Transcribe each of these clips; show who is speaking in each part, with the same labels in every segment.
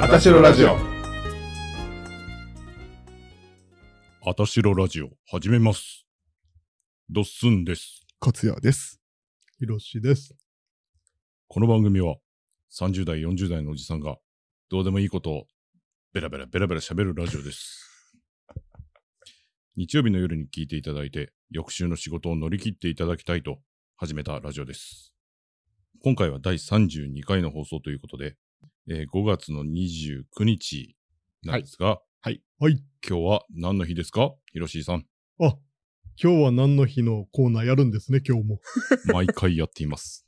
Speaker 1: あたしろラジオ。
Speaker 2: あたしろラジオ、始めます。ドッスンです。
Speaker 3: 勝也です。
Speaker 4: ひろしです。
Speaker 2: この番組は、30代、40代のおじさんが、どうでもいいことを、ベラベラベラベラ喋るラジオ です。日曜日の夜に聞いていただいて、翌週の仕事を乗り切っていただきたいと、始めたラジオです。今回は第32回の放送ということで、えー5月の29日なんですが、
Speaker 4: はい。はい。
Speaker 2: 今日は何の日ですかヒロシーさん。
Speaker 4: あ、今日は何の日のコーナーやるんですね、今日も。
Speaker 2: 毎回やってい ます。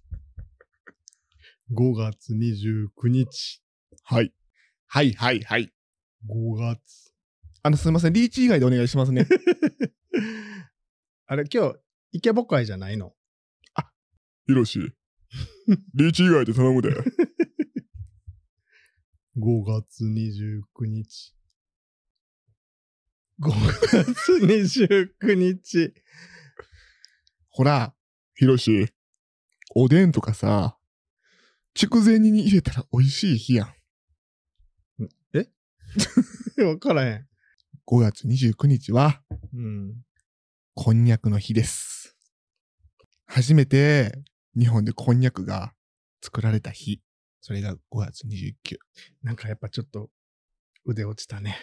Speaker 4: 5月29日。
Speaker 3: はい。はいはいはい。
Speaker 4: 5月。
Speaker 3: あの、すいません。リーチ以外でお願いしますね。
Speaker 4: あれ、今日、池ぼ会じゃないの
Speaker 3: ヒロシ。リーチ以外で頼むで。
Speaker 4: ?5 月29日。5月29日。
Speaker 3: ほら、ヒロシ。おでんとかさ、筑前煮に入れたら美味しい日やん。
Speaker 4: わからへん。
Speaker 3: 5月29日は、
Speaker 4: うん。
Speaker 3: こんにゃくの日です。初めて、日本でこんにゃくが作られた日。それが5月29。
Speaker 4: なんかやっぱちょっと、腕落ちた ね。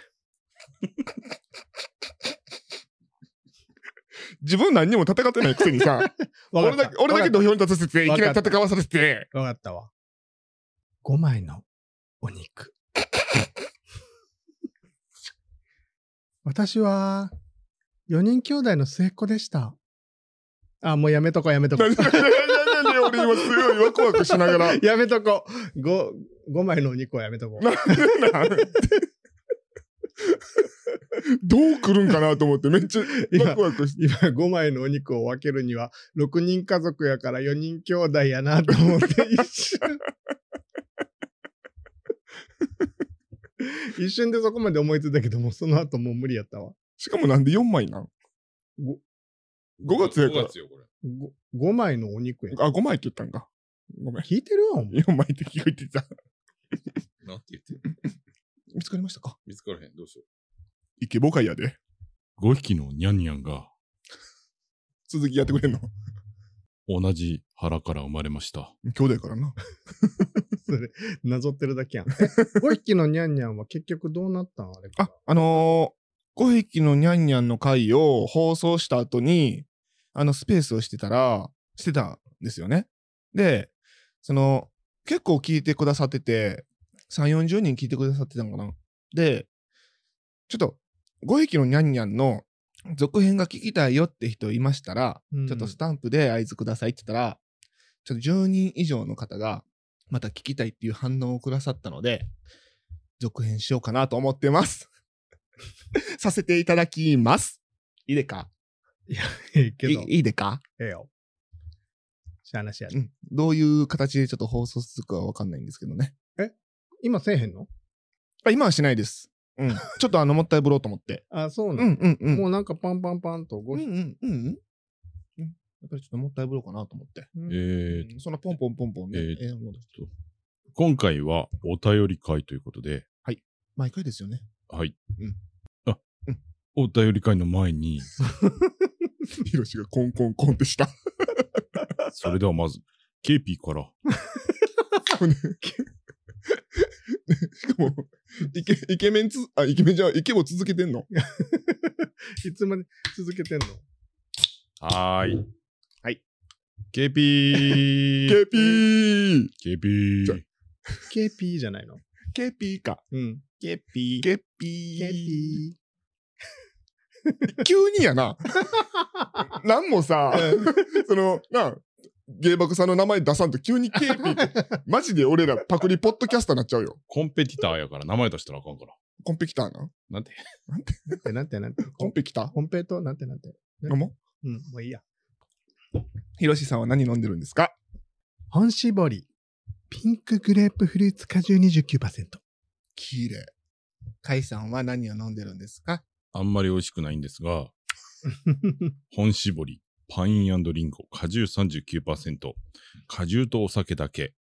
Speaker 3: 自分何にも戦ってないくせにさ、
Speaker 4: わかった
Speaker 3: 土俵に立たせて
Speaker 4: わかった
Speaker 3: 戦わさせて。
Speaker 4: わかったわ。5枚のお肉。 私は、4人兄弟の末っ子でした。あ、もうやめとこうやめとこ
Speaker 3: な
Speaker 4: う
Speaker 3: に。 なになになに俺今すごいワクワクしながら。
Speaker 4: やめとこう。5、5枚のお肉はやめとこう。
Speaker 3: なんでなんどう来るんかなと思ってめっちゃワ
Speaker 4: 今
Speaker 3: ク、ワクして。
Speaker 4: 今5枚のお肉を分けるには、6人家族やから4人兄弟やなと思って、一瞬。一瞬でそこまで思いついたけども、その後もう無理やったわ。
Speaker 3: しかもなんで4枚なん
Speaker 4: ご
Speaker 3: ?5 月や
Speaker 2: 5
Speaker 3: か
Speaker 2: 月よ、これ。
Speaker 4: ご5枚のお肉やん。
Speaker 3: ら。あ、5枚って言ったんか。ごめん。
Speaker 4: 聞いてるわ、お前。
Speaker 3: 4枚って聞こえてた。
Speaker 2: なんて言って
Speaker 3: 見つかりましたか
Speaker 2: 見つからへん。どうしよ
Speaker 3: イケボカイやで。
Speaker 2: う。5匹のニャンニャンが
Speaker 3: 続きやってくれんの
Speaker 2: 同じ腹から生まれました。
Speaker 3: 兄弟やからな。
Speaker 4: それ、なぞってるだけやん。え5匹のニャンニャンは結局どうなったんあれから
Speaker 3: あ、あのー、5匹のニャンニャンの回を放送した後に、あの、スペースをしてたら、してたんですよね。で、その、結構聞いてくださってて、3、40人聞いてくださってたのかな。で、ちょっと、5匹のニャンニャンの続編が聞きたいよって人いましたら、
Speaker 4: うん
Speaker 3: ちょっとスタンプで合図くださいって言ったら、ちょっと10人以上の方が、また聞きたいっていう反応をくださったので、続編しようかなと思ってます。 させていただきます。いいでか
Speaker 4: ええけ
Speaker 3: い
Speaker 4: ど、
Speaker 3: いいでか
Speaker 4: ええよ。しゃあなしやで
Speaker 3: うん。どういう形でちょっと放送するかはわかんないんですけどね。
Speaker 4: 今せえへんの
Speaker 3: あ今はしないです。 うん。ちょっとあの、もったいぶろうと思って。
Speaker 4: あ、そう
Speaker 3: うん
Speaker 4: な
Speaker 3: う
Speaker 4: の、
Speaker 3: んうん。
Speaker 4: もうなんかパンパンパンと
Speaker 3: う
Speaker 4: 5
Speaker 3: んう
Speaker 4: 匹。
Speaker 3: んうんうん。うんやっぱりちょっともったいぶろうかなと思って。
Speaker 4: うん
Speaker 2: えー
Speaker 3: うんそのポンポンポンポンね。
Speaker 2: え
Speaker 3: え
Speaker 2: ー
Speaker 3: ーもう
Speaker 2: と、今回はお便り会ということで、
Speaker 3: 毎回ですよね。
Speaker 2: はい。
Speaker 3: うん
Speaker 2: あ、
Speaker 3: うん
Speaker 2: お便り会の前 に、
Speaker 3: ヒロシがコンコンコンってした。
Speaker 2: それではまず、ケーピーから。
Speaker 3: ねしかも、イケイケメンつ、あ、イケメンじゃん、イケボ続けてんの
Speaker 4: いつまで続けてんの
Speaker 2: はーい。
Speaker 3: はい。
Speaker 2: ケーピー。
Speaker 3: ケピー
Speaker 2: ケーピー。
Speaker 3: じゃ
Speaker 4: ?KP じゃないの
Speaker 3: ケピーか。
Speaker 4: うん。
Speaker 3: ケピー。ケピー。
Speaker 4: KP。
Speaker 3: 急にやな。なんもさ、 その、な、芸爆さんの名前出さんと急にケピー って、マジで俺らパクリポッドキャスターになっちゃうよ。
Speaker 2: コンペティターやから名前出したらあかんから。
Speaker 3: コンペキターな。
Speaker 2: なんて。
Speaker 4: なんてなんて なんて。
Speaker 3: コンペキタ
Speaker 4: コンペイトなんてなんて。
Speaker 3: ー飲もう
Speaker 4: うん、もういいや。
Speaker 3: ヒロシさんは何飲んでるんですか
Speaker 4: 本搾り。ピンクグレープフルーツ果汁29%。
Speaker 3: 綺麗。カイさんは何を飲んでるんですか
Speaker 2: あんまり美味しくないんです が、本搾り、パインリンゴ、果汁39%、果汁とお酒だけ、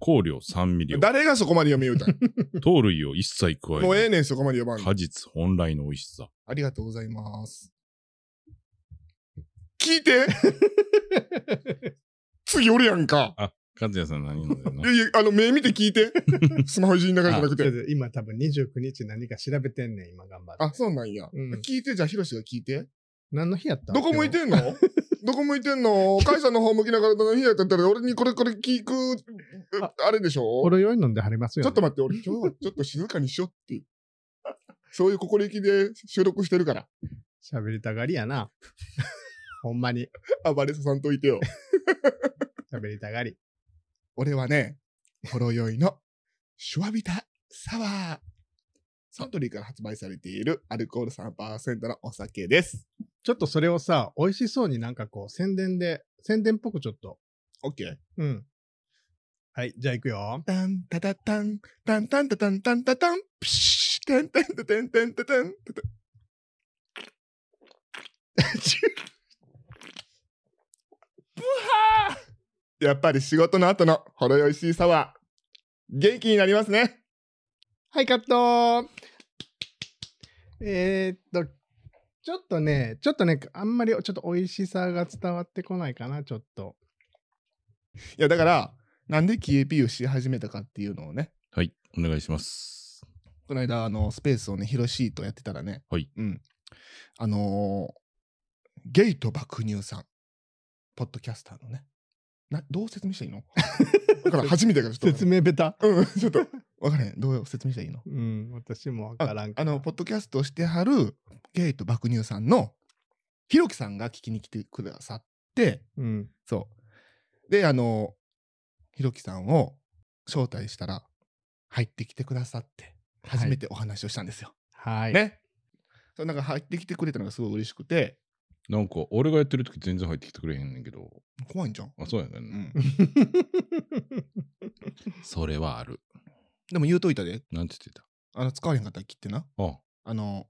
Speaker 2: 香料3ミリを、
Speaker 3: 誰がそこまで読み言うた ん
Speaker 2: 糖類を一切加
Speaker 3: もうえ
Speaker 2: え
Speaker 3: えねん、そこまで読まん
Speaker 2: ず、
Speaker 3: の
Speaker 2: 果実本来の美味しさ。
Speaker 3: ありがとうございます。聞いて 次おるやんか。
Speaker 2: 和也さん何飲んでる
Speaker 3: い
Speaker 2: の
Speaker 3: やいや、あの、目見て聞いて。スマホいじりながらじゃなくて。
Speaker 4: 今多分29日何か調べてんねん、今頑張って。
Speaker 3: あ、そうなんや。
Speaker 4: うん
Speaker 3: 聞いて、じゃあ、ヒロシが聞いて。
Speaker 4: 何の日やった
Speaker 3: どこ向い
Speaker 4: ん
Speaker 3: てんの どこ向いてんのカイさんの方向きながら何やったったら、俺にこれこれ聞く、ああれでしょ
Speaker 4: ほろ酔い飲んではりますよ、
Speaker 3: ちょっと待って、俺今日はちょっと静かにしようって。そういう心意気で収録してるから。
Speaker 4: 喋りたがりやな。 ほんまに。
Speaker 3: 暴れささんといてよ。
Speaker 4: 喋りたがり。
Speaker 3: 俺はね、ほろ酔いのシュワビタサワー。サントリーから発売されているアルコール3%のお酒です。
Speaker 4: ちょっとそれをさ、美味しそうになんかこう、宣伝で、宣伝っぽくちょっと。
Speaker 3: OK。
Speaker 4: うん。はい、じゃあ行くよ。
Speaker 3: タンタタタン、タンタンタタンタンタタン、プシュタンタンタタンタンタタン。やっぱり仕事の後のほろ酔いシーサワー、元気になりますね。
Speaker 4: はい、カットえー、っと、ちょっとね、ちょっとね、あんまりちょっと美味しさが伝わってこないかな、ちょっと。
Speaker 3: いや、だから、なんで KP をし始めたかっていうのをね、
Speaker 2: はい、お願いします。
Speaker 3: この間、あの、スペースをね、ヒロシートやってたらね、
Speaker 2: はい。
Speaker 3: うん。あのーゲイと爆乳さん、ポッドキャスターのね、な、どう説明したらいいのだから初めてだからちょっと、
Speaker 4: 明ベタ。
Speaker 3: うん、ちょっと、わからへん。どう説明したらいいの
Speaker 4: うん、私もわ
Speaker 3: あ
Speaker 4: からん
Speaker 3: あの、ポッドキャストをしてはるゲイと爆乳さんの、ひろきさんが聞きに来てくださって、
Speaker 4: うん。
Speaker 3: そう。で、あの、ひろきさんを招待したら、入ってきてくださって、
Speaker 4: い
Speaker 3: 初めてお話をしたんですよ。
Speaker 4: はい。
Speaker 3: ね。そうなんか入ってきてくれたのがすごい嬉しくて、
Speaker 2: なんか、俺がやってる時全然入ってきてくれへんねんけど。
Speaker 3: 怖いんじゃん。
Speaker 2: あ、そうやね、
Speaker 3: うん。
Speaker 2: それはある。
Speaker 3: でも言うといたで、
Speaker 2: なんて言ってた
Speaker 3: あの、使われへんかったら切ってな。
Speaker 2: あ、
Speaker 3: あの、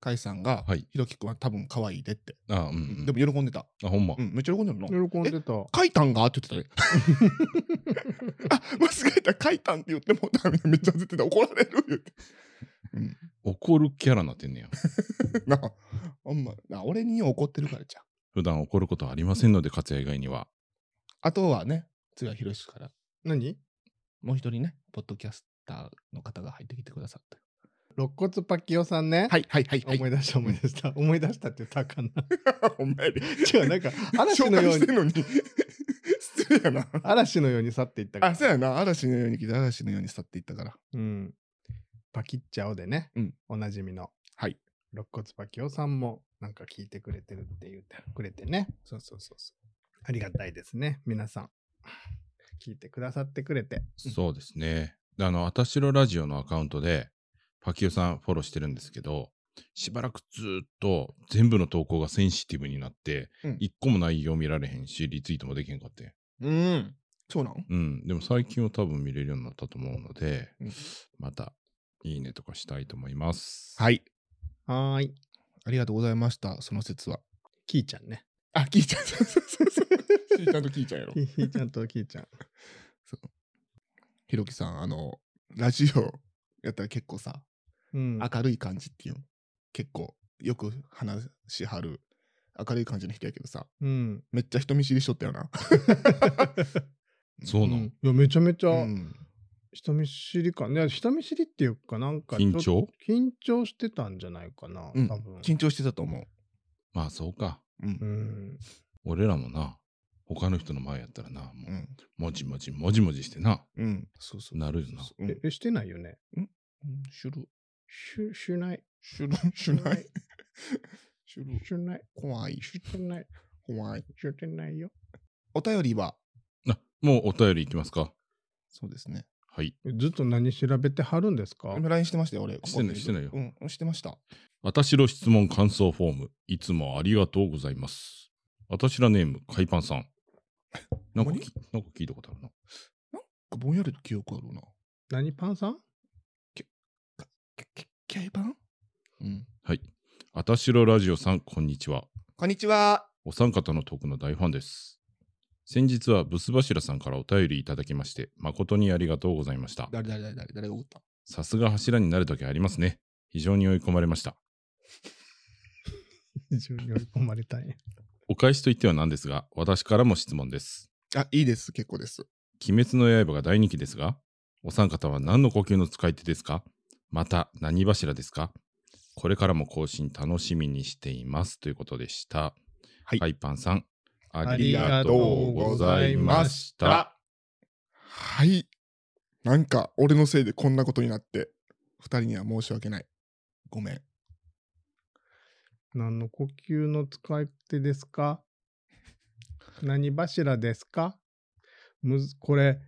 Speaker 3: かいさんが、
Speaker 2: はい。
Speaker 3: ひろきくんは多分可愛いでって。
Speaker 2: あ、うん、うん。
Speaker 3: でも喜んでた。
Speaker 2: あ、ほんま。
Speaker 3: うん、めっちゃ喜んでるの。
Speaker 4: 喜んでた。
Speaker 3: 書いたんがって言って たね。あ、間違えた、書いたんって言ってもうた、めっちゃ焦ってた、怒られる言って。
Speaker 2: 怒るキャラなってんねや。
Speaker 3: なあ、ほんま、な俺に怒ってるからじゃん。
Speaker 2: 普段怒ることありませんので、勝也以外には。
Speaker 3: あとはね、津谷宏から、
Speaker 4: 何
Speaker 3: もう一人ね、ポッドキャスターの方が入ってきてくださって。
Speaker 4: 肋骨パキオさんね。
Speaker 3: はいはいはいはい。
Speaker 4: 思い出した思い出した。思い出したって言ったらあか んな。
Speaker 3: お前で。
Speaker 4: 違う、なんか、嵐
Speaker 3: 紹
Speaker 4: の
Speaker 3: 介
Speaker 4: よう
Speaker 3: し
Speaker 4: に
Speaker 3: てん、のに。失礼やな。
Speaker 4: 嵐のように去っていったから。
Speaker 3: あ、そうやな。嵐のように来て、嵐のように去っていったから。
Speaker 4: うん。パキッチャオでね、
Speaker 3: うん
Speaker 4: おなじみの、
Speaker 3: はい。
Speaker 4: 肋骨パキオさんも、なんか聞いてくれてるって言ってくれてね。
Speaker 3: そうそうそうそ
Speaker 4: ありがたいですね、皆さん。聞いてくださってくれて。
Speaker 2: そうですね。であの、あたしろラジオのアカウントで、パキオさんフォローしてるんですけど、しばらくずーっと全部の投稿がセンシティブになって、
Speaker 3: うん
Speaker 2: 一個も内容見られへんし、リツイートもできへんかって。
Speaker 3: う。うん。そうなん
Speaker 2: うん。でも最近は多分見れるようになったと思うので、
Speaker 3: うん
Speaker 2: また、いいねとかしたいと思います。
Speaker 3: はい。
Speaker 4: はーい。
Speaker 3: ありがとうございました、その説は。
Speaker 4: キーちゃん ね。
Speaker 3: あ、キーちゃん、そうそうそうそう。キーちゃんとキーちゃんやろ
Speaker 4: キ。ーちゃんとキーちゃん。
Speaker 3: ひろきさん、あの、ラジオやったら結構さ、
Speaker 4: うん。
Speaker 3: 明るい感じっていうの結構、よく話しはる、明るい感じの人やけどさ、
Speaker 4: うん。
Speaker 3: めっちゃ人見知りしとったよ な。
Speaker 2: そうな、
Speaker 4: うんんいや、めちゃめちゃ
Speaker 3: うん
Speaker 4: 人見知りかね。人見知りっていうか、なんかちょ
Speaker 2: 緊
Speaker 4: っと
Speaker 2: 張
Speaker 4: 緊張してたんじゃないかな、
Speaker 3: うん
Speaker 4: 多分。
Speaker 3: 緊張してたと思う。
Speaker 2: まあそうか。
Speaker 3: うん
Speaker 4: う。ん。
Speaker 2: 俺らもな、他の人の前やったらな、も
Speaker 3: う
Speaker 2: う、
Speaker 3: ん。
Speaker 2: もじもじもじもじしてな、
Speaker 3: うん。そうそう。
Speaker 2: なるよな。
Speaker 3: そううん
Speaker 4: ええ、してないよね。
Speaker 3: うんしゅる。
Speaker 4: しゅ、しゅない。
Speaker 3: しゅる。しゅない。しゅる。
Speaker 4: しゅない。
Speaker 3: 怖い。
Speaker 4: してない。
Speaker 3: 怖い。
Speaker 4: してないよ。
Speaker 3: お便りは、
Speaker 2: あ、もうお便りいきますか。
Speaker 3: そうですね。
Speaker 2: はい。
Speaker 4: ずっと何調べてはるんですか
Speaker 3: 今 LINE してましたよ、俺。
Speaker 2: してないしてないよ
Speaker 3: うん、してました。
Speaker 2: 私の質問感想フォーム、いつもありがとうございます。私らネーム、海パンさん。なんか
Speaker 3: ほんまに
Speaker 2: き、なんか聞いたことあるな。
Speaker 3: ぼんやりと記憶あるな。
Speaker 4: 何パンさん
Speaker 3: キャイパンうん。
Speaker 2: はい。私らラジオさん、こんにちは。
Speaker 3: こんにちは。
Speaker 2: お三方のトークの大ファンです。先日はブス柱さんからお便りいただきまして、誠にありがとうございました。
Speaker 3: 誰誰誰誰誰が怒った
Speaker 2: さすが柱になる時ありますね。非常に追い込まれました。
Speaker 4: 非常に追い込まれたんや。
Speaker 2: お返しといってはなんですが、私からも質問です。
Speaker 3: あ、いいです。結構です。
Speaker 2: 鬼滅の刃が大人気ですが、お三方は何の呼吸の使い手ですかまた何柱ですかこれからも更新楽しみにしていますということでした。
Speaker 3: はい
Speaker 2: ハイパンさん、あ
Speaker 4: あ
Speaker 2: り
Speaker 4: り
Speaker 2: が
Speaker 4: が
Speaker 2: と
Speaker 4: と
Speaker 2: う
Speaker 4: う
Speaker 2: ご
Speaker 4: ご
Speaker 2: ざ
Speaker 4: ざ
Speaker 2: い
Speaker 4: い
Speaker 2: ま
Speaker 4: ま
Speaker 2: し。
Speaker 4: した
Speaker 3: はい。なんか、俺のせいでこんなことになって、二人には申し訳ない。ごめん。
Speaker 4: 何の呼吸の使い手ですか何柱ですかむずこれ、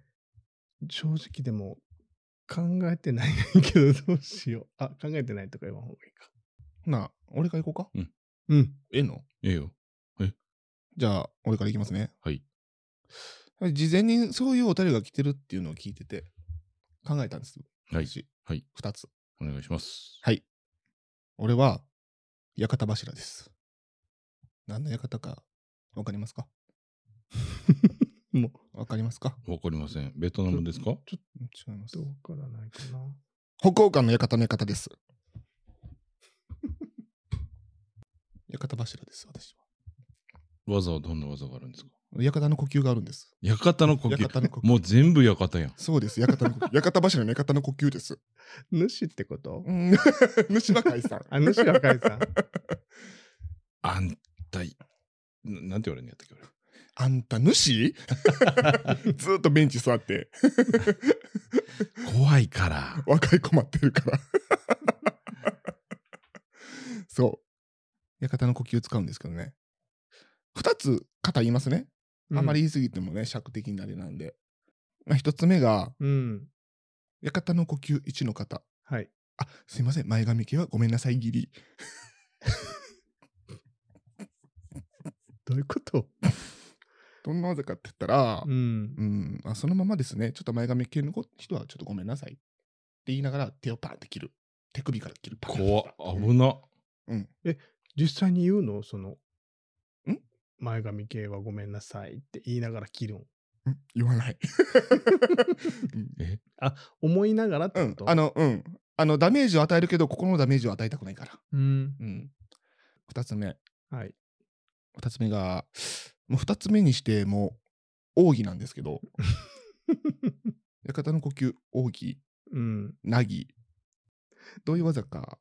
Speaker 4: 正直でも考えてないねんけど、どうしよう。あ、考えてないとか言わん方がいいか。
Speaker 3: ほな、俺から行こうか。
Speaker 4: うん。
Speaker 3: ええの
Speaker 2: ええよ。
Speaker 3: じゃあ、俺から行きますね。
Speaker 2: はい。
Speaker 3: 事前にそういうお便りが来てるっていうのを聞いてて、考えたんです。
Speaker 2: はい。
Speaker 3: 私
Speaker 2: はい。
Speaker 3: 二つ。
Speaker 2: お願いします。
Speaker 3: はい。俺は、屋形柱です。何の館か、わか りますか
Speaker 4: もう、
Speaker 3: わかりますか
Speaker 2: わかりません。ベトナムですか
Speaker 3: 違います
Speaker 4: ど。うからないかな。
Speaker 3: 北欧館の館の館です。 館柱です、私
Speaker 2: 技はどんな技があるんですか
Speaker 3: は。館の呼吸があるんです。
Speaker 2: 館の呼吸。
Speaker 3: 館の呼吸。
Speaker 2: もう全部館やん。
Speaker 3: そうです、館の呼吸。館柱の館の呼吸です。
Speaker 4: 主ってこと
Speaker 3: うん 主は解散。
Speaker 4: あ、主は解散。
Speaker 2: 安泰。ななんて言われるんやったっけ俺。
Speaker 3: あんた主 ずっとベンチ座って、
Speaker 2: 怖い から。
Speaker 3: 若い子待ってるから。 そう。館の呼吸使うんですけどね。二つ型言いますね。あんまり。言い過ぎてもね、尺的になれないんで。まあ、一つ目が、
Speaker 4: うん。
Speaker 3: 館の呼吸1の方。
Speaker 4: はい。
Speaker 3: あ、すいません。前髪系はごめんなさい、ギリ。
Speaker 4: どういうこと
Speaker 3: どんな技かって言ったら、
Speaker 4: うん
Speaker 3: う。ん、あそのままですね。ちょっと前髪系の人はちょっとごめんなさい。って言いながら手をパーンって切る。手首から切る。パン
Speaker 2: 怖っ
Speaker 3: パン
Speaker 2: 危な。
Speaker 4: 実際に言うのその、
Speaker 3: ん
Speaker 4: 前髪系はごめんなさいって言いながら切るん。
Speaker 3: うん言わ ない。
Speaker 4: 思いながらって
Speaker 3: う
Speaker 4: こ
Speaker 3: ん
Speaker 4: と、。
Speaker 3: あの、うん。あの、ダメージを与えるけど、ここのダメージを与えたくないから。
Speaker 4: うん。
Speaker 3: うん。二つ目。
Speaker 4: はい。
Speaker 3: 二つ目が、もう二つ目にして、もう、奥義なんですけど、館の呼吸、奥義、
Speaker 4: うん。
Speaker 3: なぎ。どういう技か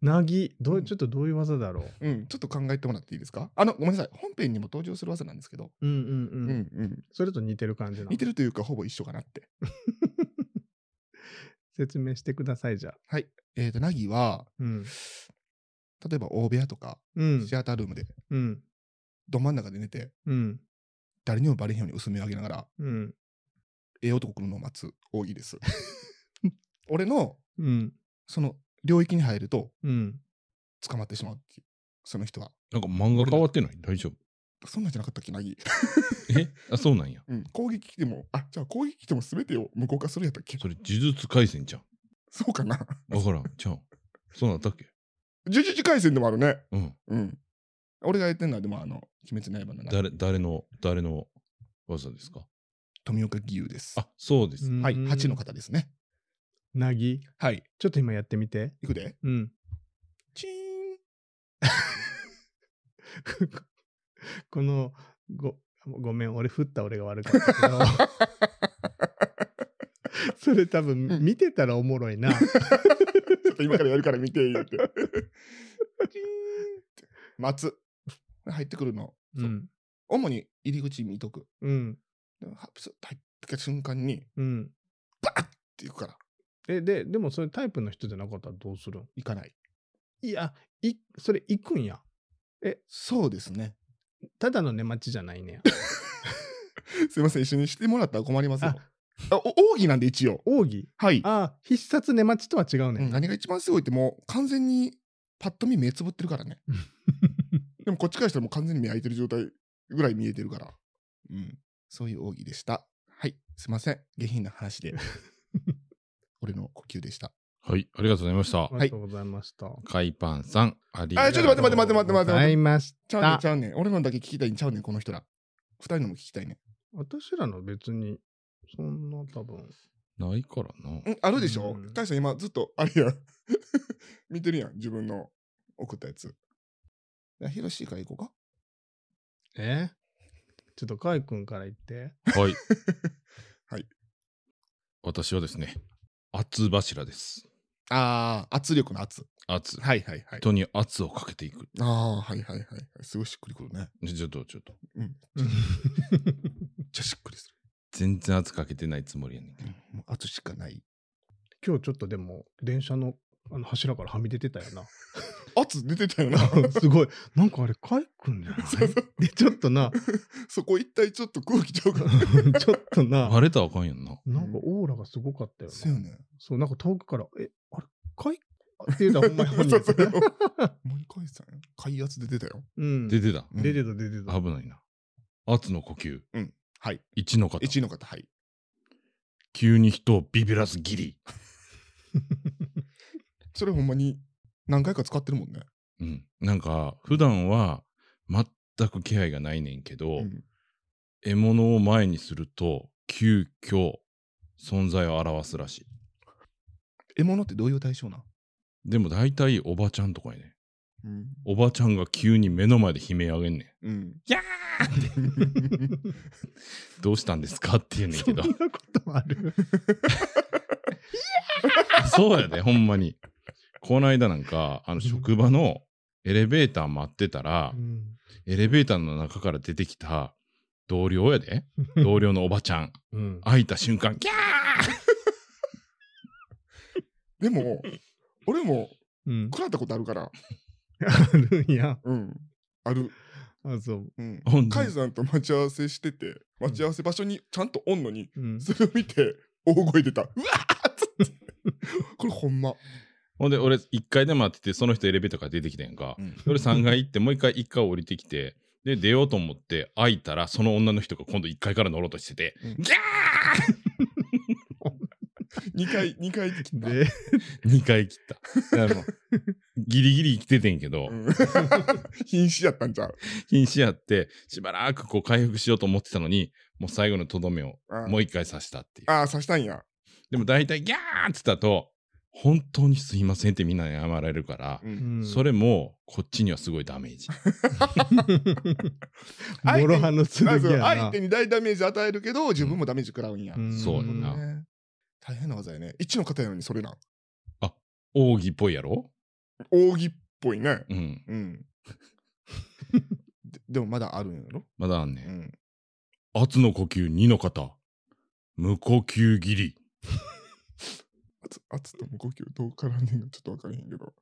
Speaker 4: なぎ、ど
Speaker 3: う
Speaker 4: う、
Speaker 3: ん
Speaker 4: ちょっとどういう技だろう。
Speaker 3: うん、ちょっと考えてもらっていいですかあの、ごめんなさい。本編にも登場する技なんですけど、
Speaker 4: うん
Speaker 3: う
Speaker 4: うん
Speaker 3: ん
Speaker 4: うん。
Speaker 3: うん、
Speaker 4: それと似てる感じなの
Speaker 3: 似てるというか、ほぼ一緒かなって。
Speaker 4: 説明してください、じゃあ。
Speaker 3: えっ、と、ナギは、
Speaker 4: うん。
Speaker 3: 例えば大部屋とか、
Speaker 4: うん
Speaker 3: シ。アタールームで、
Speaker 4: うん。
Speaker 3: ど真ん中で寝て、
Speaker 4: うん。
Speaker 3: 誰にもバレへんように薄めを上げながら、
Speaker 4: うん。
Speaker 3: ええ男来るのを待つ、奥義です。 俺の、
Speaker 4: うん。
Speaker 3: その、領域に入ると、
Speaker 4: うん。
Speaker 3: 捕まってしまうっていう、その人は。
Speaker 2: なんか漫画変わってない大丈夫。
Speaker 3: そんなんじゃなかったっけ、ナギ。
Speaker 2: えあ、そうなんや。
Speaker 3: うん、攻撃来ても、あ、じゃあ攻撃来ても全てを無効化するやったっけ
Speaker 2: それ、呪術廻戦じゃん。
Speaker 3: そうかな。
Speaker 2: わからん。ちゃうん。そうなったっけ
Speaker 3: 呪術廻戦でもあるね。
Speaker 2: うん。
Speaker 3: うん。俺がやってんのは、でも、あの、鬼滅の刃の中
Speaker 2: 誰、誰の、誰の技ですか
Speaker 3: 富岡義勇です。
Speaker 2: あ、そうです。
Speaker 4: うん
Speaker 3: はい、8の。方ですね。
Speaker 4: なぎ。
Speaker 3: はい。
Speaker 4: ちょっと今やってみて。
Speaker 3: いくで。
Speaker 4: うん。
Speaker 3: チーン。
Speaker 4: このごごめん俺振った俺が悪かった けどそれ多分
Speaker 3: うん
Speaker 4: 見てたらおもろいな
Speaker 3: ちょっと今からやるから見て、言うて。チーンって。待つ。入ってくるの。
Speaker 4: うん
Speaker 3: 主に入り口見とく。
Speaker 4: うん
Speaker 3: ではスッと入ってきた瞬間に、っ
Speaker 4: うん
Speaker 3: ていくから、
Speaker 4: えででもそれタイプの人じゃなかったらどうするん
Speaker 3: 行かない。
Speaker 4: いやいそれ行くんや
Speaker 3: そうですね。
Speaker 4: ただの寝待ちじゃないねや
Speaker 3: すいません、一緒にしてもらったら困りますよ
Speaker 4: あ。
Speaker 3: あ、お奥義なんで一応。
Speaker 4: 奥義
Speaker 3: はい。
Speaker 4: ああ必殺寝待ちとは違う
Speaker 3: うん
Speaker 4: ね、
Speaker 3: 何が一番すごいってもう完全にパッと見目つぶってるからね。 でもこっちからしたらもう完全に目開いてる状態ぐらい見えてるから。うん。そういう奥義でした。はい。すいません。下品な話 で。俺の呼吸でした。
Speaker 2: はい。ありがとうございました。
Speaker 4: ありがとうございました、
Speaker 2: カイパンさん、ありが
Speaker 3: あちょっと待って待って待って待って待っ
Speaker 4: ありがと
Speaker 3: て
Speaker 4: うございまし
Speaker 3: ちゃうねん
Speaker 4: た
Speaker 3: ちゃうねん。俺のだけ聞きたいんちゃうねん、この人ら。二人のも聞きたいね。
Speaker 4: 私らの別に、そんな多分。
Speaker 2: ないからな。
Speaker 3: んあるでしょ
Speaker 4: うん
Speaker 3: 大さん今ずっと、あれやん。 見てるやん、自分の送ったやつ。じゃあヒロシから行こうか。
Speaker 4: えちょっとカイ君から言っ て。
Speaker 2: はい。
Speaker 3: はい。
Speaker 2: 私はですね、圧柱です。
Speaker 3: ああ、圧力の圧。
Speaker 2: 圧。
Speaker 3: はいはいはい。
Speaker 2: 人に圧をかけていく。
Speaker 3: ああ、はいはいはい。すごいしっくりくるね。
Speaker 2: ねちょっと、ちょっと。
Speaker 3: じゃしっくりす
Speaker 2: 全然圧かけてないつもりやねんけ
Speaker 3: る。うん、もう圧しかない。
Speaker 4: 今日ちょっとでも、電車のあの柱からはみ出てたよな。
Speaker 3: 圧出てたよ な。
Speaker 4: すごい。なんかあれ、カイ君じゃないで、ちょっと な、
Speaker 3: そこ一体ちょっと空気ちゃうから。
Speaker 4: ちょっと
Speaker 2: ど。
Speaker 4: な、
Speaker 2: バレたらあかんやんな。
Speaker 4: なんかオーラがすごかったよな。
Speaker 3: そうよね。
Speaker 4: そう、なんか遠くから、え、あれ、かいっていうのはほんまに本 人
Speaker 3: そうそう
Speaker 4: ですね。
Speaker 3: もう一回さ、開圧出てたよ。
Speaker 4: うん。
Speaker 2: 出
Speaker 4: 出て
Speaker 2: てた。
Speaker 3: うん
Speaker 4: た、出てた。
Speaker 2: 危ないな。圧の呼吸。
Speaker 3: はい。
Speaker 2: 一の方。
Speaker 3: 一位の方、はい。
Speaker 2: 急に人をビビらすギリ。
Speaker 3: それほんまに何回か使ってるもんね。
Speaker 2: うん。なんか、普段は全く気配がないねんけど、
Speaker 3: うん
Speaker 2: 獲物を前にすると、急遽存在を表すらしい。
Speaker 3: 獲物ってどういう対象なん、
Speaker 2: でも大体おばちゃんとかやね。
Speaker 3: うん
Speaker 2: おばちゃんが急に目の前で悲鳴あげんね
Speaker 3: うん、
Speaker 2: ん。やーどうしたんですかって言うねん
Speaker 4: そ
Speaker 2: け
Speaker 4: んな
Speaker 2: ど
Speaker 4: こ。ともある。
Speaker 2: そうやで、ほんまに。この間なんか、あの、職場のエレベーター待ってたら、エレベーターの中から出てきた同僚やで、同僚のおばちゃん、
Speaker 4: うん。
Speaker 2: 開いた瞬間、ギャ
Speaker 3: でも俺も
Speaker 4: うん。
Speaker 3: 食らったことあるか
Speaker 4: あ
Speaker 3: ら、
Speaker 4: るんや。
Speaker 3: うん、ある、
Speaker 4: あ、そう。
Speaker 3: うん
Speaker 2: ほん、と
Speaker 3: カイさんと待ち合わせしてて待ち合わせ場所にちゃんとおんのに
Speaker 4: うん。
Speaker 3: それを見て大声出た「うわーっ!」つってこれほんま、
Speaker 2: ほんで、俺、1階で待ってて、その人エレベーターから出てきてんか。
Speaker 3: うん
Speaker 2: 俺3階行って、もう1回1階降りてきて、で、出ようと思って、開いたら、その女の人が今度1階から乗ろうとしてて、
Speaker 3: うん
Speaker 2: ギャ
Speaker 3: 2回2回できた、
Speaker 4: で、
Speaker 2: ー !2 回切った。だからもうギリギリ生きててんけど
Speaker 3: う、ん、 瀕死やったんちゃう
Speaker 2: 瀕死やって、しばらくこう回復しようと思ってたのに、もう最後のとどめを
Speaker 3: あー
Speaker 2: もう1回刺したっていう。
Speaker 3: ああ刺したんや、
Speaker 2: でも大体ギャーって言ったと本当にすいませんってみんなに謝られるから、
Speaker 3: う
Speaker 4: うんん
Speaker 2: それもこっちにはすごいダメージ。
Speaker 4: モロハの剣
Speaker 3: まず
Speaker 4: や
Speaker 3: 相
Speaker 4: な
Speaker 3: 手。に大ダメージ与えるけど自分もダメージ食らうんや、
Speaker 4: ん
Speaker 2: そうや
Speaker 3: ね
Speaker 2: な
Speaker 3: 大変な技やね一の方やのにそれなん
Speaker 2: 奥義っぽいやろ
Speaker 3: 扇っぽいね
Speaker 2: うん。
Speaker 3: うん。ででもまだあるんやろ
Speaker 2: まだあんね。
Speaker 3: うんん。
Speaker 2: 圧の呼吸2の方。無呼吸切り。
Speaker 3: あつ、あつと無呼吸どう絡んでんのちょっとわからへんけど。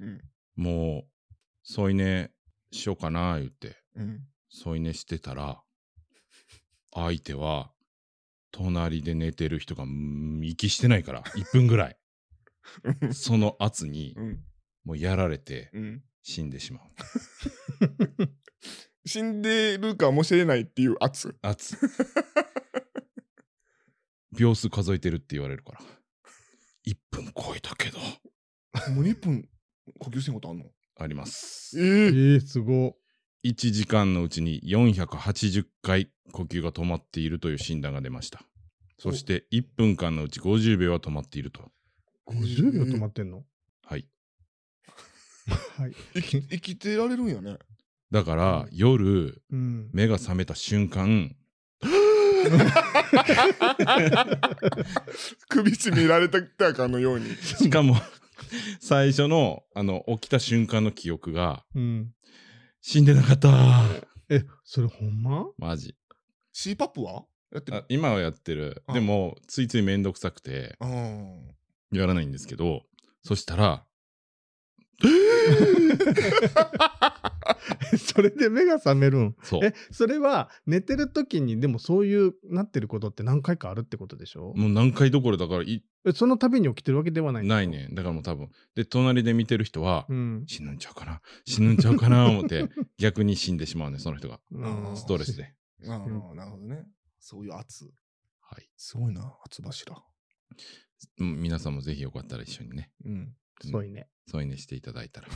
Speaker 3: うん。
Speaker 2: もう、添い寝しようかな言って、
Speaker 3: うん。
Speaker 2: 添い寝してたら、相手は、隣で寝てる人が、うーん息してないから、1分ぐらい。その圧に
Speaker 3: う、ん。
Speaker 2: もうやられて
Speaker 3: うん。
Speaker 2: 死んでしまう。
Speaker 3: 死んでるかもしれないっていう圧。
Speaker 2: 圧秒数数えてるって言われるから1分超えたけど
Speaker 3: もう2分呼吸せんことあんの
Speaker 2: あります
Speaker 3: ええ
Speaker 4: ええ、すご。
Speaker 2: 1時間のうちに480回呼吸が止まっているという診断が出ましたそして1分間のうち50秒は止まっていると
Speaker 4: 50秒止まってんの
Speaker 2: はい
Speaker 4: はい。
Speaker 3: 生き生きてられるんや ね。
Speaker 2: だから夜
Speaker 4: うん。
Speaker 2: 目が覚めた瞬 間
Speaker 3: 首絞められたたかのように。
Speaker 2: しかも最初のあの起きた瞬間の記憶が
Speaker 4: うん。
Speaker 2: 死んでなかった
Speaker 4: え、それほんま
Speaker 2: マジ
Speaker 3: CPAP はやって
Speaker 2: あ
Speaker 3: る。
Speaker 2: 今はやってる
Speaker 3: あ
Speaker 2: でもついついめんどくさくて
Speaker 3: あー
Speaker 2: やらないんですけどそしたら
Speaker 4: それで目が覚めるん。
Speaker 2: そう
Speaker 4: え、それは寝てる時にでもそういうなってることって何回かあるってことでしょ、
Speaker 2: もう何回どころだからい
Speaker 4: えその度に起きてるわけではないんだ
Speaker 2: ない。ねだからもう多分で隣で見てる人は、
Speaker 4: うん。
Speaker 2: 死ぬんちゃうかな死ぬんちゃうかな思って逆に死んでしまうねその人が
Speaker 3: あー
Speaker 2: ストレスで
Speaker 3: あー、なるほどね。そういう圧。
Speaker 2: はい、
Speaker 3: すごいな、圧柱。
Speaker 2: うん皆さんもぜひよかったら一緒にね
Speaker 3: うん。
Speaker 4: すごいね。
Speaker 2: 添い寝していただいたら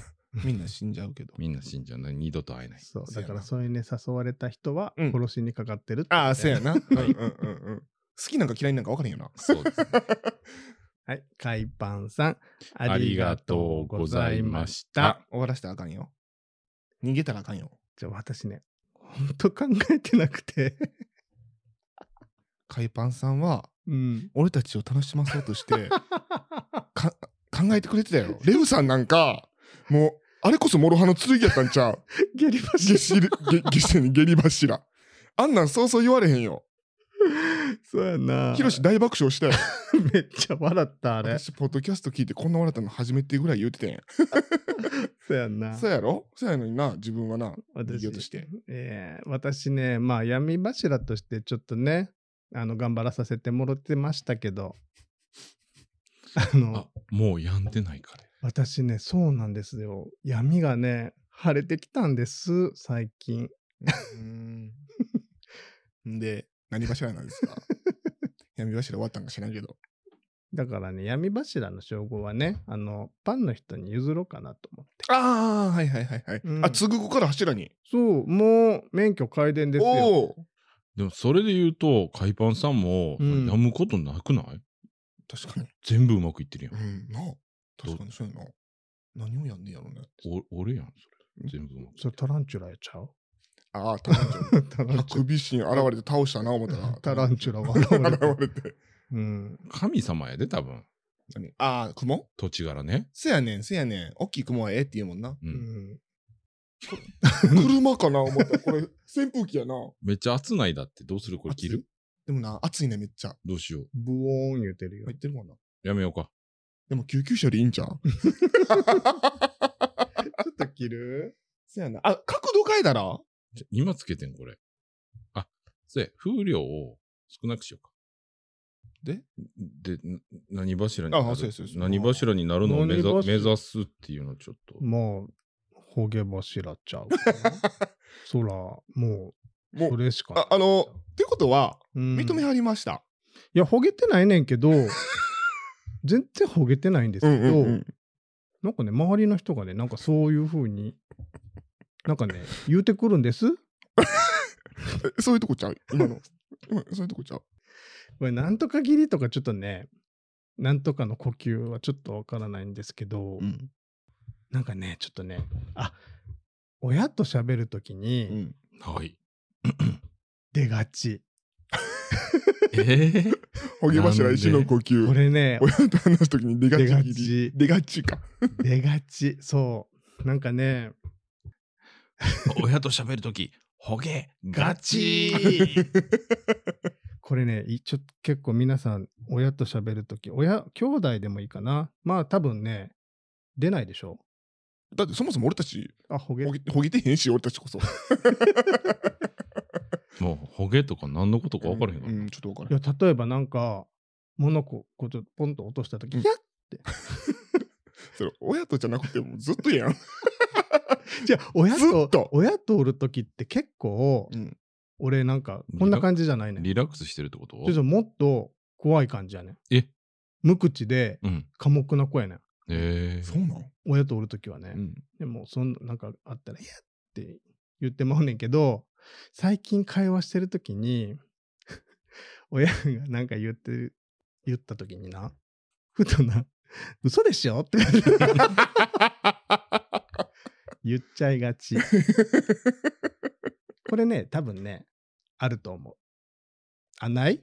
Speaker 3: みんな死んじゃうけど。
Speaker 2: みんな死んじゃうね。二度と会えない。
Speaker 4: そう。
Speaker 3: そ
Speaker 4: だ
Speaker 3: うやな
Speaker 4: から、それに誘われた人は、
Speaker 3: うん
Speaker 4: 殺しにかかってるって
Speaker 3: ああ、そうやな。うんうん
Speaker 2: はい
Speaker 3: うんうん。好きなんか嫌いなんか分からへんよな。
Speaker 2: そうですね。
Speaker 4: はい。海パンさん、あ
Speaker 2: あ
Speaker 4: り
Speaker 2: り
Speaker 4: が
Speaker 2: が
Speaker 4: と
Speaker 2: と
Speaker 4: う
Speaker 2: う
Speaker 4: ご
Speaker 2: ご
Speaker 4: ざ
Speaker 2: ざ
Speaker 4: い
Speaker 2: い
Speaker 4: ま
Speaker 2: ま
Speaker 4: し
Speaker 2: した。
Speaker 3: 終わらせたらあかんよ。逃げたらあかんよ。
Speaker 4: た。じゃあ、私ね、ほんと考えてなくて。
Speaker 3: 海パンさんは、
Speaker 4: うん。
Speaker 3: 俺たちを楽しまそうとして、か考えてくれてた よ。レウさんなんか、もう、あれこそ諸刃の剣やったんちゃう。
Speaker 4: 下痢
Speaker 3: 下
Speaker 4: 柱。
Speaker 3: しり、下下しに下痢柱。あんなんそうそう言われへんよ。
Speaker 4: そうやな。
Speaker 3: ヒロシ大爆笑したよ。
Speaker 4: めっちゃ笑った、あれ。
Speaker 3: 私、ポッドキャスト聞いてこんな笑ったの初めてぐらい言うててんや
Speaker 4: そうやな。
Speaker 3: そうやろそうやのにな、自分はな、逃げ
Speaker 4: 私
Speaker 3: ようとして。
Speaker 4: ええ私ね、まあ、闇柱としてちょっとね、あの、頑張らさせてもらってましたけど、あの
Speaker 2: あ、、もうやんでないから。
Speaker 4: 私ね、そうなんですよ。闇がね、晴れてきたんです、最近。
Speaker 3: うん。んで、何柱なん ですか闇柱終わったんか知らんけど。
Speaker 4: だからね、闇柱の称号はね、あの、パンの人に譲ろうかなと思って。
Speaker 3: ああ、はいはいはいはい。
Speaker 4: うん
Speaker 3: あ、継ぐ子から柱に。
Speaker 4: そう、もう免許改伝ですよ。
Speaker 3: おお。
Speaker 2: でもそれで言うと、海パンさんも、
Speaker 4: うん
Speaker 2: やむことなくない
Speaker 3: 確かに。
Speaker 2: 全部うまくいってるや。
Speaker 3: うんん、なあ確かにそうやな。何をやんねやろうね。
Speaker 2: お俺やん、それ。全部うまくいって
Speaker 4: それタランチュラやちゃう
Speaker 3: ああ、タランチュ
Speaker 4: タラ
Speaker 3: ラ。
Speaker 4: ンチュ
Speaker 3: ハクビシン現れて倒したな、思ったら
Speaker 4: ラ。。 タランチュラは現れた
Speaker 3: 現れて。
Speaker 4: うん。
Speaker 2: る。神様やで、多分。
Speaker 3: 何ああ、雲
Speaker 2: 土地柄ね。
Speaker 3: せやねん、せやねん。大きい雲はええって言うもん な。
Speaker 2: う。
Speaker 4: うんん。
Speaker 3: 車かな、思ったら。これ、扇風機やな。
Speaker 2: めっちゃ暑ないだって、どうするこれ着
Speaker 3: 暑
Speaker 2: る
Speaker 3: いでもな、暑いね、めっちゃ。
Speaker 2: どうしよう。
Speaker 4: ブオーン言うてるよ
Speaker 3: 入っ。てるもんな。
Speaker 2: やめようか。
Speaker 3: でも救急車よりいいんじ ゃん
Speaker 4: ちょっと着る
Speaker 3: せやな。あ、角度変えたら
Speaker 2: じゃ今つけてん、これ。あ、そうや風量を少なくしようか。
Speaker 3: で
Speaker 2: で、な何柱になる
Speaker 3: あそうですそうです
Speaker 2: 何柱になるのを目ざ
Speaker 4: 何柱
Speaker 2: 目指すっていうのをちょっと。
Speaker 4: もう、ほげ柱ちゃうか な。そら、もう、
Speaker 3: も、
Speaker 4: そうれしかない
Speaker 3: ああの、ってことは、
Speaker 4: うん
Speaker 3: 認めはりました。
Speaker 4: いや、ほげてないねんけ ど、全然ほげてないんですけど、なんかね、周りの人がね、なんかそういう風に、なんかね、言うてくるんです。
Speaker 3: えそういうとこちゃう今の。今そういうとこちゃう
Speaker 4: これ、なんとか切りとかちょっとね、なんとかの呼吸はちょっとわからないんですけど、
Speaker 3: ん。
Speaker 4: なんかね、ちょっとね、あ親と喋るとき
Speaker 3: う
Speaker 4: に
Speaker 3: ん。
Speaker 2: はい。
Speaker 4: 出がち。
Speaker 2: えー、
Speaker 3: ほげ柱、
Speaker 2: なんで
Speaker 3: 石の呼吸。
Speaker 4: これね、
Speaker 3: 親と話すときに出がち
Speaker 4: 出が
Speaker 3: 切
Speaker 4: ち
Speaker 3: り。出がちか。
Speaker 4: 出がち。そう。なんかね、
Speaker 2: 親と喋るとき、ほげ、ガチ
Speaker 4: これね、いちょっと結構皆さん、親と喋るとき、親、兄弟でもいいかな。まあ多分ね、出ないでしょ
Speaker 3: だってそもそも俺たち、
Speaker 4: う。あ、ほげ
Speaker 3: ほ。げほげてへんし、俺たちこそ。
Speaker 2: もう、ほげとか何のことか分からへんから。
Speaker 3: うん、ちょっと分からへん
Speaker 4: いや、例えばなんか、物ここうちょっとポンと落としたとき、
Speaker 3: う
Speaker 4: い
Speaker 3: ん
Speaker 4: や、
Speaker 3: それ親とじゃなくてもうずっとやん。
Speaker 4: じゃあ親
Speaker 3: ず
Speaker 4: と
Speaker 3: っと
Speaker 4: 親とおるときって結構、
Speaker 3: うん
Speaker 4: 俺なんか、こんな感じじゃないねん。
Speaker 2: リラックスしてるってこと
Speaker 4: ちょっともっと怖い感じやねん。
Speaker 2: え
Speaker 4: 無口で、
Speaker 2: うん。
Speaker 4: 寡黙な子やねん。
Speaker 2: え
Speaker 3: そうなん
Speaker 4: 親とおるときはね。
Speaker 3: うん。
Speaker 4: でもそんななんかあったら「いや」って言ってまうねんけど最近会話してる時に 親がなんか言ってる言った時になふとな「嘘でしょ?」って言っちゃいがちこれね多分ねあると思うあない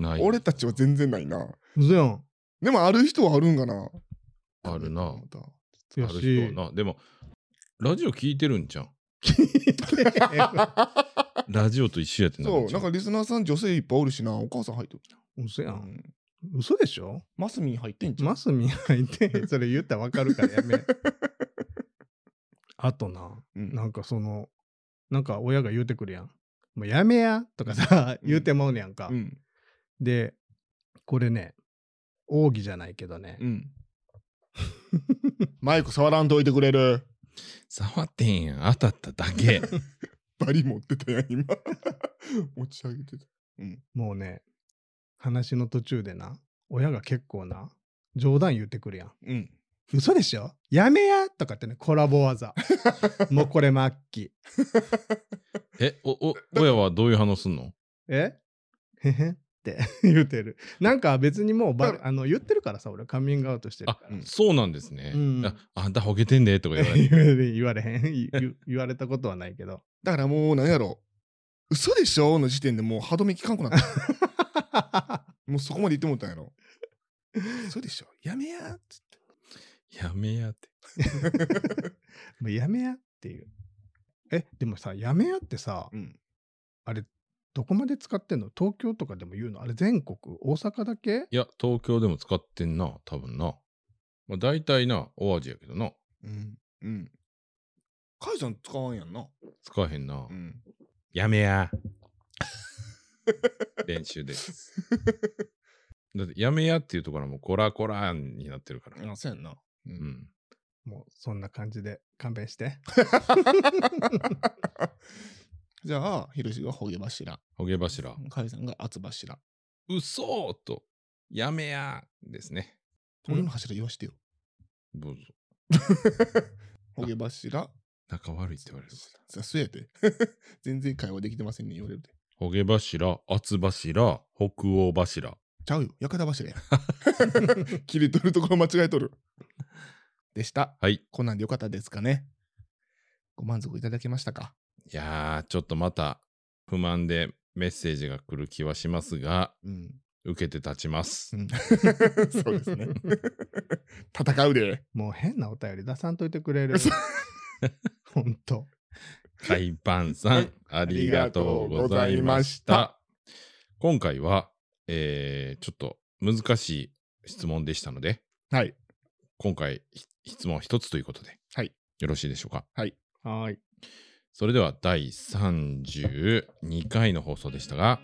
Speaker 2: ー、ない。
Speaker 3: 俺たちは全然ないな。
Speaker 4: 嘘やん
Speaker 3: でもある人はあるんかな。
Speaker 2: あるな。
Speaker 3: また
Speaker 2: あ
Speaker 4: や
Speaker 2: る人
Speaker 4: し
Speaker 2: はな。でも、ラジオ聞いてるんじゃん。ラジオと一緒やってる
Speaker 3: そ
Speaker 2: ん
Speaker 3: う、
Speaker 2: ちゃ
Speaker 3: なんかリスナーさん女性いっぱいおるしな、お母さん入ってる。
Speaker 4: 嘘や
Speaker 3: うんん
Speaker 4: 嘘でしょ
Speaker 3: マスミン入ってんじゃん。
Speaker 4: マスミ入 って、それ言ったらわかるからやめ。あとな、
Speaker 3: うん
Speaker 4: なんかその、なんか親が言うてくるやん。もうやめやとかさ、
Speaker 3: うん
Speaker 4: 言うてまうねやんか。
Speaker 3: うん。
Speaker 4: で、これね、奥義じゃないけどね
Speaker 3: う。ん。 マイク触らんといてくれる。
Speaker 2: 触ってへんやん。当たっただけ。
Speaker 3: バリ持ってたやん、今。 持ち上げてた。
Speaker 4: もうね、話の途中でな、親が結構な、冗談言うてくるやん。
Speaker 3: うん。
Speaker 4: 嘘でしょやめやとかってね、コラボ 技。もうこれ末期。
Speaker 2: え、お、お、親はどういう話すんの
Speaker 4: えへへんって 言ってる。なんか別にもうバレ
Speaker 3: だ
Speaker 4: あの言ってるからさ、俺カミングアウトしてる
Speaker 2: あ
Speaker 4: か、
Speaker 3: うん
Speaker 2: そうなんですね。
Speaker 4: うん
Speaker 2: ああんたほげてんでとか言わ
Speaker 4: ら。
Speaker 2: れて。
Speaker 4: 言われ 言われへん言言言われたことはないけど。
Speaker 3: だからもう何やろ嘘でしょの時点でもう歯止め効かんくなったもうそこまで言ってもったんや ろ嘘でしょやめやって
Speaker 2: やめやって。
Speaker 4: もうやめやっていう。え、でもさ、やめやってさ、
Speaker 3: うん
Speaker 4: あれ、どこまで使ってんの東京とかでも言うのあれ、全国大阪だけ
Speaker 2: いや、東京でも使ってんな、多分な。まあ、大体な、お味やけどな。
Speaker 3: うんうんカイちゃん使わんやんな
Speaker 2: 使わへんな。
Speaker 3: うん
Speaker 2: やめや。 練習です。だって、やめやっていうところはもう、コラコラになってるから。
Speaker 3: あそうやんなう
Speaker 2: うんん。
Speaker 4: もうそんな感じで勘弁して。
Speaker 3: じゃあヒロシがほげ柱
Speaker 2: ほげ柱。
Speaker 3: カイさんが厚柱
Speaker 2: うそーと、やめやですね。
Speaker 4: うん
Speaker 3: 俺の柱言わしてよ
Speaker 2: どうぞ。
Speaker 3: ほげ 柱
Speaker 2: 仲悪いって言われる。
Speaker 3: さすやて 全然会話できてませんね言われるで
Speaker 2: ほげ柱、厚柱、北欧柱。
Speaker 3: ちゃうよ屋形 柱や切り取るところ間違えとるでした
Speaker 2: はい。
Speaker 3: こんなんでよかったですかねご満足いただけましたか
Speaker 2: いやー、ちょっとまた不満でメッセージが来る気はしますが、
Speaker 3: うん、
Speaker 2: 受けて立ちます。
Speaker 3: そうですね 戦うで
Speaker 4: もう変なお便り出さんといてく れる。ほんと。
Speaker 2: 海パンさん、 ありがとうございました。今回は、えー、ちょっと難しい質問でしたので、
Speaker 3: はい
Speaker 2: 今回ひ質問一つということで、
Speaker 3: はい
Speaker 2: よろしいでしょうか。
Speaker 4: はーい。
Speaker 2: それでは第32回の放送でしたが、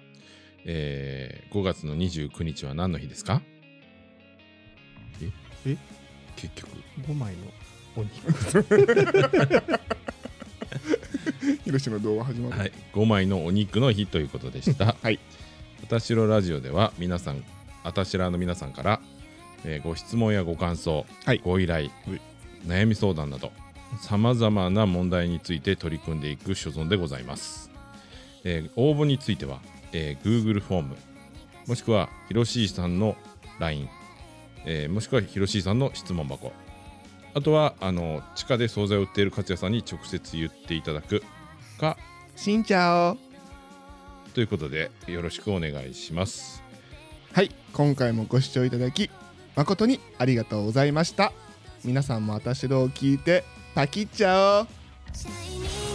Speaker 2: えー、5月の29日は何の日ですかえ
Speaker 4: え
Speaker 2: 結局
Speaker 4: 5枚のお肉。
Speaker 3: 広島の動画始まる、
Speaker 2: はい、5枚のお肉の日ということでした。
Speaker 3: はい。
Speaker 2: あたしろラジオでは皆さん、あたしらの皆さんから、えーご質問やご感想、
Speaker 3: はい
Speaker 2: ご依頼、悩み相談など、さまざまな問題について取り組んでいく所存でございます。えー応募については、えー Google フォーム、もしくはひろしーさんの LINE、えーもしくはひろしーさんの質問箱、あとはあの地下で惣菜を売っている勝也さんに直接言っていただくか、
Speaker 3: しんちゃお
Speaker 2: ということでよろしくお願いします
Speaker 3: はい今回もご視聴いただき誠にありがとうございました皆さんも私のを聞いてパキっちゃおう
Speaker 1: Shiny